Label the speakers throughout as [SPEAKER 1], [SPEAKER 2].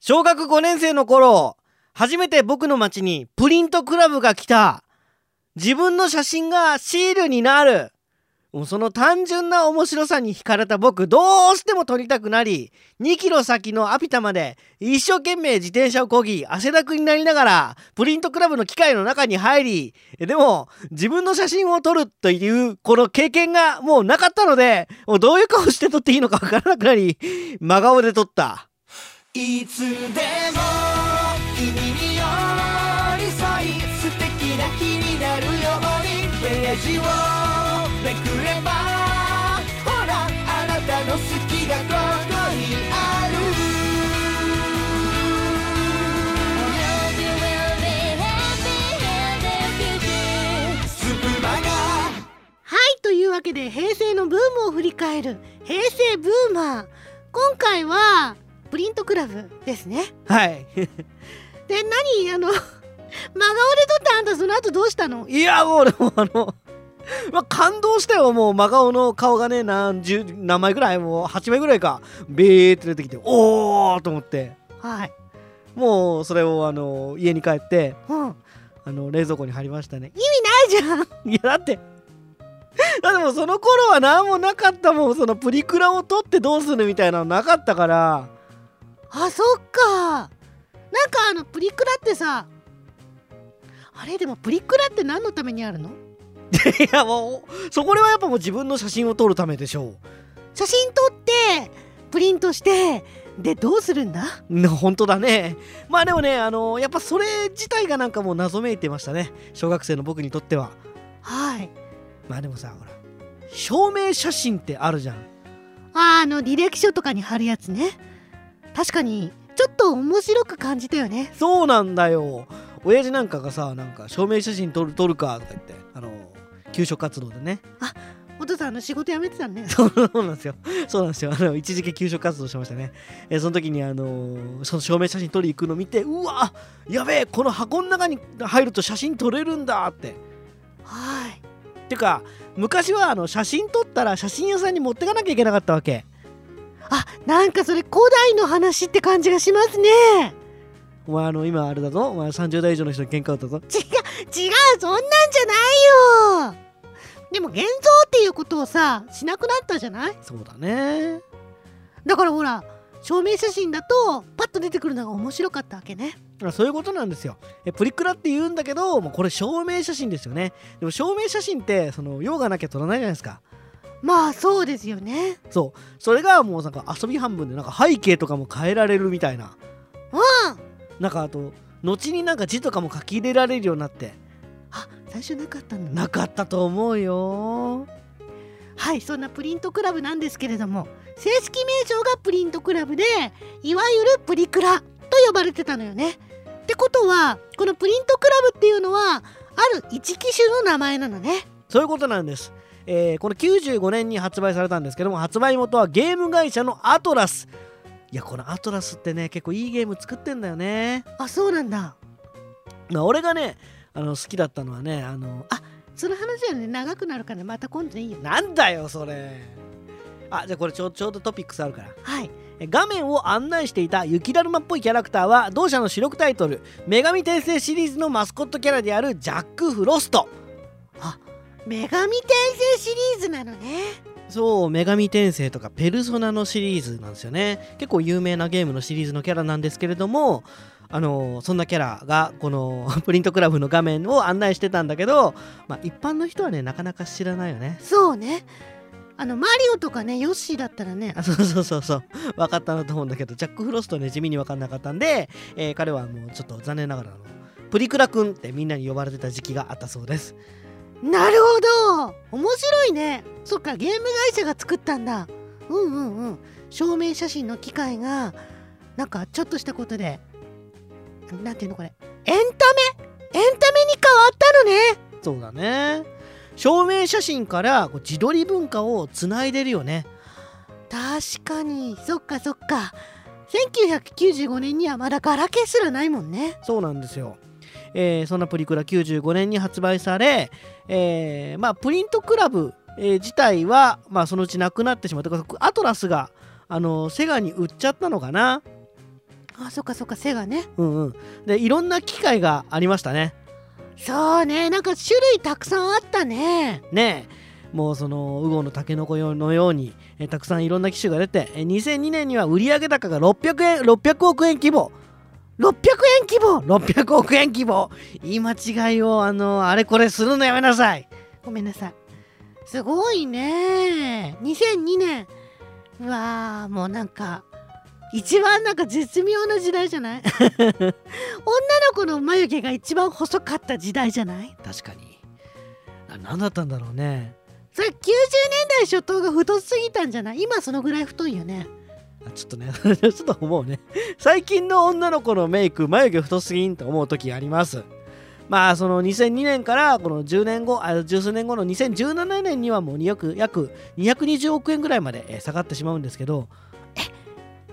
[SPEAKER 1] 小学5年生の頃、初めて僕の町にプリントクラブが来た。自分の写真がシールになる。もうその単純な面白さに惹かれた僕、どうしても撮りたくなり、2キロ先のアピタまで一生懸命自転車を漕ぎ、汗だくになりながら、プリントクラブの機械の中に入り、えでも、自分の写真を撮るという、この経験がもうなかったので、もうどういう顔して撮っていいのかわからなくなり、真顔で撮った。
[SPEAKER 2] いつでも君に寄り添い素敵な日になるようにページをめくればほらあなたの好きがここにある
[SPEAKER 3] Love you will be happy and every day.
[SPEAKER 2] スプマガ
[SPEAKER 4] はいというわけで平成のブームを振り返る平成ブーマー今回はプリントクラブですね
[SPEAKER 1] はい。
[SPEAKER 4] で何あの 真顔で撮ったあんたその後どうしたの
[SPEAKER 1] いやもうでもあの、まあ、感動したよもう真顔の顔がね何十何枚ぐらいもう8枚ぐらいかビーって出てきておーと思って
[SPEAKER 4] はい、
[SPEAKER 1] もうそれをあの家に帰って
[SPEAKER 4] うん、ない
[SPEAKER 1] あの冷蔵庫に貼りましたね
[SPEAKER 4] じゃん
[SPEAKER 1] いやだってだってもうその頃は何もなかったもんそのプリクラを撮ってどうするみたいなのなかったから
[SPEAKER 4] あそっかなんかあのプリクラってさあれでもプリクラって何のためにあるの
[SPEAKER 1] いやもうそこではやっぱもう自分の写真を撮るためでしょ
[SPEAKER 4] 写真撮ってプリントしてでどうするんだ
[SPEAKER 1] うな本当だねまあでもねあのやっぱそれ自体がなんかもう謎めいてましたね小学生の僕にとっては
[SPEAKER 4] はい
[SPEAKER 1] まあでもさほら証明写真ってあるじゃん
[SPEAKER 4] ああの履歴書とかに貼るやつね確かにちょっと面白く感じたよね
[SPEAKER 1] そうなんだよ親父なんかがさなんか証明写真撮る撮るかとか言ってあの給食活動でね
[SPEAKER 4] お父さんあの仕事辞めてたのね
[SPEAKER 1] そうなんですよそうなんですよあの一時期給食活動してましたねえその時にあのその証明写真撮り行くの見てうわやべえこの箱の中に入ると写真撮れるんだって
[SPEAKER 4] はい
[SPEAKER 1] てか昔はあの写真撮ったら写真屋さんに持ってかなきゃいけなかったわけ
[SPEAKER 4] あなんかそれ古代の話って感じがしますね
[SPEAKER 1] お前あの今あれだぞお前30代以上の人に喧嘩打ったぞ
[SPEAKER 4] 違う違うそんなんじゃないよでも現像っていうことをさしなくなったじゃない
[SPEAKER 1] そうだね
[SPEAKER 4] だからほら証明写真だとパッと出てくるのが面白かったわけね
[SPEAKER 1] あそういうことなんですよえプリクラって言うんだけどもうこれ証明写真ですよねでも証明写真ってその用がなきゃ撮らないじゃないですか
[SPEAKER 4] まあそうですよね
[SPEAKER 1] そうそれがもうなんか遊び半分でなんか背景とかも変えられるみたいな
[SPEAKER 4] うん
[SPEAKER 1] なんかあと後になんか字とかも書き入れられるようになって
[SPEAKER 4] あ最初なかったんだ
[SPEAKER 1] なかったと思うよ
[SPEAKER 4] はいそんなプリントクラブなんですけれども正式名称がプリントクラブでいわゆるプリクラと呼ばれてたのよねってことはこのプリントクラブっていうのはある一機種の名前なのね
[SPEAKER 1] そういうことなんです、えーこの95年に発売されたんですけども発売元はゲーム会社のアトラスいやこのアトラスってね結構いいゲーム作ってんだよね
[SPEAKER 4] あそうなんだ
[SPEAKER 1] まあ俺がねあの好きだったのはねあの
[SPEAKER 4] その話はね長くなるからまた今度でいいよ
[SPEAKER 1] なんだよそれあじゃあこれちょちょうどトピックスあるから
[SPEAKER 4] はい
[SPEAKER 1] え画面を案内していた雪だるまっぽいキャラクターは同社の主力タイトル「女神転生」シリーズのマスコットキャラであるジャック・フロスト
[SPEAKER 4] 女神転生シリーズなのね
[SPEAKER 1] そう女神転生とかペルソナのシリーズなんですよね結構有名なゲームのシリーズのキャラなんですけれどもあのそんなキャラがこの プリントクラブの画面を案内してたんだけど、まあ、一般の人はねなかなか知らないよね
[SPEAKER 4] そうねあのマリオとかねヨッシーだったらね
[SPEAKER 1] あそうそうそうそう分かったなと思うんだけどジャック・フロストね地味に分かんなかったんで、えー彼はもうちょっと残念ながらあのプリクラくんってみんなに呼ばれてた時期があったそうです
[SPEAKER 4] なるほど面白いねそっかゲーム会社が作ったんだうんうんうん証明写真の機械がなんかちょっとしたことでなんていうのこれエンタメエンタメに変わったのね
[SPEAKER 1] そうだね証明写真からこう自撮り文化をつないでるよね
[SPEAKER 4] 確かにそっかそっか1995年にはまだガラケーすらないもんね
[SPEAKER 1] そうなんですよ、えーそんなプリクラ95年に発売され、えーまあ、プリントクラブ、えー自体は、まあ、そのうちなくなってしまってアトラスがあのセガに売っちゃったのかな
[SPEAKER 4] あそっかそっかセガね
[SPEAKER 1] うんうん、でいろんな機械がありましたね。
[SPEAKER 4] そうねなんか種類たくさんあったね
[SPEAKER 1] ねえもうそのウゴのタケノコのようにえーたくさんいろんな機種が出てえー2002年には売上高が600円600億円規模
[SPEAKER 4] 600円規模
[SPEAKER 1] 600億円規模言い間違いをあのあれこれするのやめなさい
[SPEAKER 4] ごめんなさいすごいね2002年うわーもうなんか一番なんか絶妙な時代じゃない 女の子の眉毛が一番細かった時代じゃない
[SPEAKER 1] 確かにな何だったんだろうね
[SPEAKER 4] それ90年代初頭が太すぎたんじゃない今そのぐらい太いよね
[SPEAKER 1] あちょっとね ちょっと思うね最近の女の子のメイク眉毛太すぎんと思う時ありますまあその2002年からこの10年後あ十数年後の2017年にはもう約約220億円ぐらいまでえー下がってしまうんですけど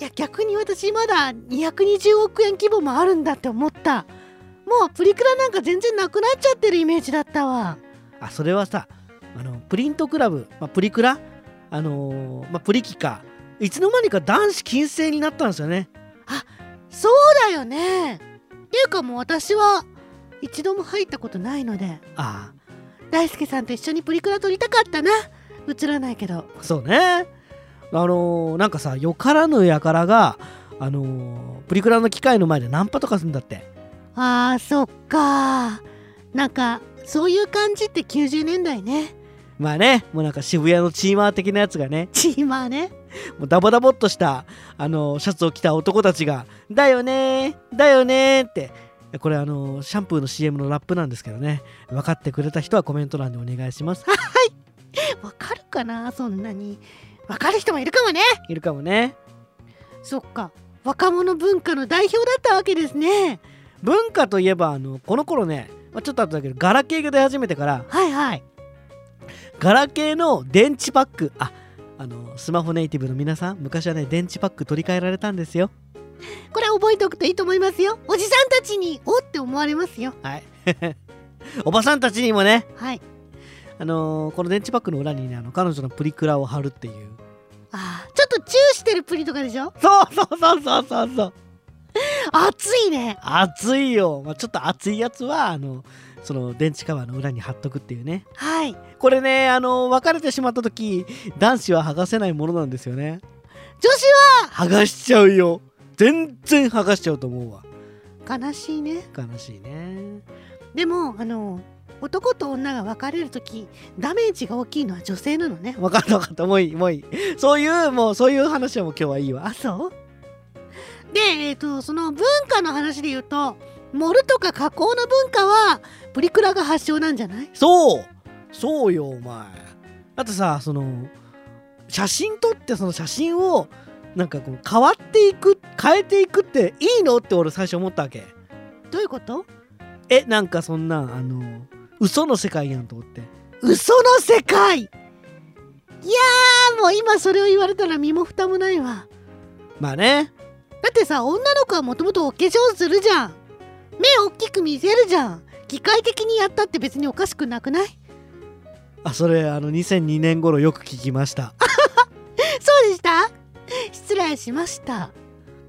[SPEAKER 4] いや逆に私まだ220億円規模もあるんだって思ったもうプリクラなんか全然なくなっちゃってるイメージだったわ
[SPEAKER 1] あそれはさあのプリントクラブ、まあ、プリクラあのーまあ、プリキカいつの間にか男子禁制になったんですよね
[SPEAKER 4] そうだよねっていうかもう私は一度も入ったことないので
[SPEAKER 1] あ
[SPEAKER 4] 大輔さんと一緒にプリクラ撮りたかったな映らないけど
[SPEAKER 1] あそうねあのーなんかさよからぬやからがあのープリクラの機械の前でナンパとかするんだって
[SPEAKER 4] あーそっかなんかそういう感じって90年代ね
[SPEAKER 1] まあねもうなんか渋谷のチーマー的なやつがね
[SPEAKER 4] チーマーね
[SPEAKER 1] もうダボダボっとした、あのシャツを着た男たちが「だよねーだよねー」ってこれあのシャンプーの CM のラップなんですけどね分かってくれた人はコメント欄でお願いします
[SPEAKER 4] わかるかなそんなにわかる人もいるかもね
[SPEAKER 1] いるかもね
[SPEAKER 4] そっか若者文化の代表だったわけですね
[SPEAKER 1] 文化といえばあのこの頃ね、まあ、ちょっと後だけどガラケーが出始めてから
[SPEAKER 4] はいはい
[SPEAKER 1] ガラケーの電池パックああのスマホネイティブの皆さん昔はね電池パック取り替えられたんですよ
[SPEAKER 4] これ覚えておくといいと思いますよおじさんたちにおって思われますよ
[SPEAKER 1] はいおばさんたちにもね
[SPEAKER 4] はい
[SPEAKER 1] あのーこの電池パックの裏にねあの彼女のプリクラを貼るっていう
[SPEAKER 4] あーちょっとチューしてるプリとかでしょ
[SPEAKER 1] そうそうそうそうそうそう
[SPEAKER 4] 熱いね
[SPEAKER 1] 熱いよ、まあ、ちょっと熱いやつはあのその電池カバーの裏に貼っとくっていうね
[SPEAKER 4] はい
[SPEAKER 1] これねあの別れてしまった時男子は剥がせないものなんですよね
[SPEAKER 4] 女子
[SPEAKER 1] 剥がしちゃうよ全然剥がしちゃうと思うわ
[SPEAKER 4] は悲しいね
[SPEAKER 1] 悲しいね
[SPEAKER 4] でもあの男と女が別れる時ダメージが大きいのは女性なのね
[SPEAKER 1] 分かった分かったもういいもういいそういうもうそういう話はもう今日はいいわ
[SPEAKER 4] あそうでえっ、とその文化の話で言うと盛るとか加工の文化はプリクラが発祥なんじゃない
[SPEAKER 1] そうそうよお前だってさその写真撮ってその写真をなんかこう変わっていく変えていくっていいのって俺最初思ったわけ
[SPEAKER 4] どういうこと
[SPEAKER 1] えなんかそんなあの嘘の世界やんと思って
[SPEAKER 4] 嘘の世界いやーもう今それを言われたら身も蓋もないわ
[SPEAKER 1] まあね
[SPEAKER 4] だってさ女の子はもともとお化粧するじゃん目大きく見せるじゃん機械的にやったって別におかしくなくない
[SPEAKER 1] あそれあの2002年頃よく聞きました
[SPEAKER 4] そうでした失礼しました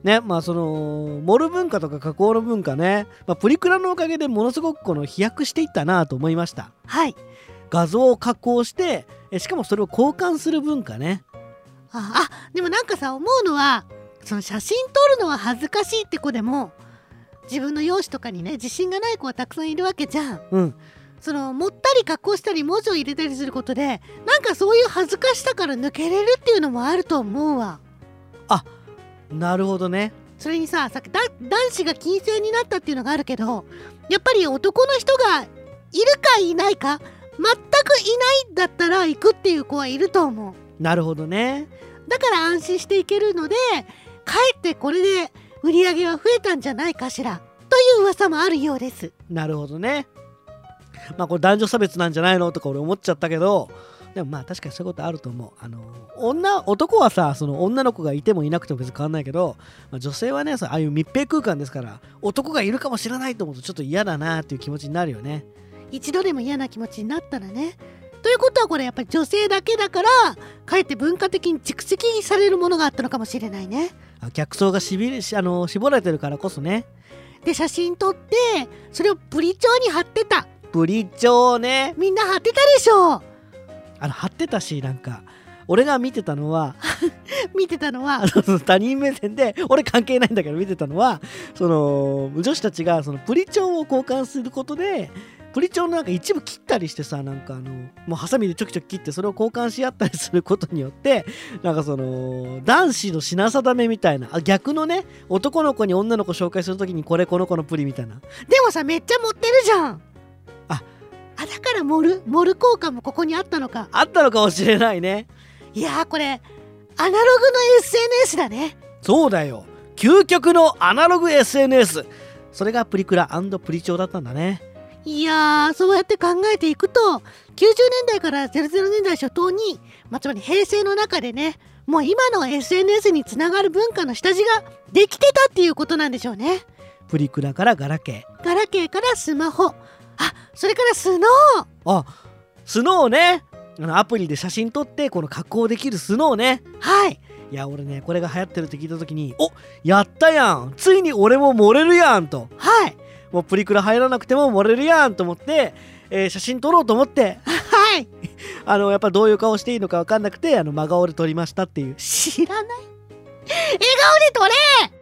[SPEAKER 1] ねまあそのモル文化とか加工の文化ね、まあ、プリクラのおかげでものすごくこの飛躍していったなと思いました
[SPEAKER 4] はい
[SPEAKER 1] 画像を加工してえしかもそれを交換する文化ね
[SPEAKER 4] ああでもなんかさ思うのはその写真撮るのは恥ずかしいって子でも自分の容姿とかにね自信がない子はたくさんいるわけじゃん
[SPEAKER 1] うん
[SPEAKER 4] その持ったり加工したり文字を入れたりすることでなんかそういう恥ずかしさから抜けれるっていうのもあると思うわ
[SPEAKER 1] なるほどね
[SPEAKER 4] それにささっきだ男子が禁制になったっていうのがあるけどやっぱり男の人がいるかいないか全くいないんだったら行くっていう子はいると思う
[SPEAKER 1] なるほどね
[SPEAKER 4] だから安心していけるのでかえってこれで売り上げは増えたんじゃないかしらという噂もあるようです
[SPEAKER 1] なるほどねまあこれ男女差別なんじゃないのとか俺思っちゃったけどでもまあ確かにそういうことあると思うあの女男はさその女の子がいてもいなくても別に変わんないけど、まあ、女性はねそうああいう密閉空間ですから男がいるかもしれないと思うとちょっと嫌だなっていう気持ちになるよね
[SPEAKER 4] 一度でも嫌な気持ちになったらねということはこれやっぱり女性だけだからかえって文化的に蓄積されるものがあったのかもしれないね
[SPEAKER 1] あ客層がしびれしあの絞られてるからこそね
[SPEAKER 4] で写真撮ってそれをプリ帳に貼ってた
[SPEAKER 1] ブリッジをね
[SPEAKER 4] みんな貼ってたでしょ
[SPEAKER 1] あの貼ってたしなんか俺が見てたのは
[SPEAKER 4] 見てたの
[SPEAKER 1] あ
[SPEAKER 4] は
[SPEAKER 1] の他人目線で俺関係ないんだけど見てたのはその女子たちがそのプリチョンを交換することでプリチョンのなんか一部切ったりしてさなんかあのもうハサミでちょきちょき切ってそれを交換し合ったりすることによって なんかその男子の品定めみたいなあ逆のね男の子に女の子紹介するときにこれこの子のプリみたいな
[SPEAKER 4] でもさめっちゃ盛ってるじゃん
[SPEAKER 1] あ
[SPEAKER 4] あだから盛る盛る効果もここにあったのか
[SPEAKER 1] あったのかもしれないね
[SPEAKER 4] いやーこれアナログの SNS だね
[SPEAKER 1] そうだよ究極のアナログ SNS それがプリクラプリチョウだったんだね
[SPEAKER 4] いやーそうやって考えていくと90年代から00年代初頭に、まあ、つまり平成の中でねもう今の SNS につながる文化の下地ができてたっていうことなんでしょうね。
[SPEAKER 1] プリクラからガラケー
[SPEAKER 4] ガラケーからスマホあそれからスノ
[SPEAKER 1] あスノーねあのアプリで写真撮ってこの加工できるスノーね
[SPEAKER 4] ーはい
[SPEAKER 1] いや俺ねこれが流行ってるって聞いた時におやったやんついに俺も盛れるやんと
[SPEAKER 4] はい
[SPEAKER 1] もうプリクラ入らなくても盛れるやんと思って、えー写真撮ろうと思って
[SPEAKER 4] はい
[SPEAKER 1] あのやっぱどういう顔していいのか分かんなくてあの真顔で撮りましたっていう
[SPEAKER 4] 知らない笑顔で撮れ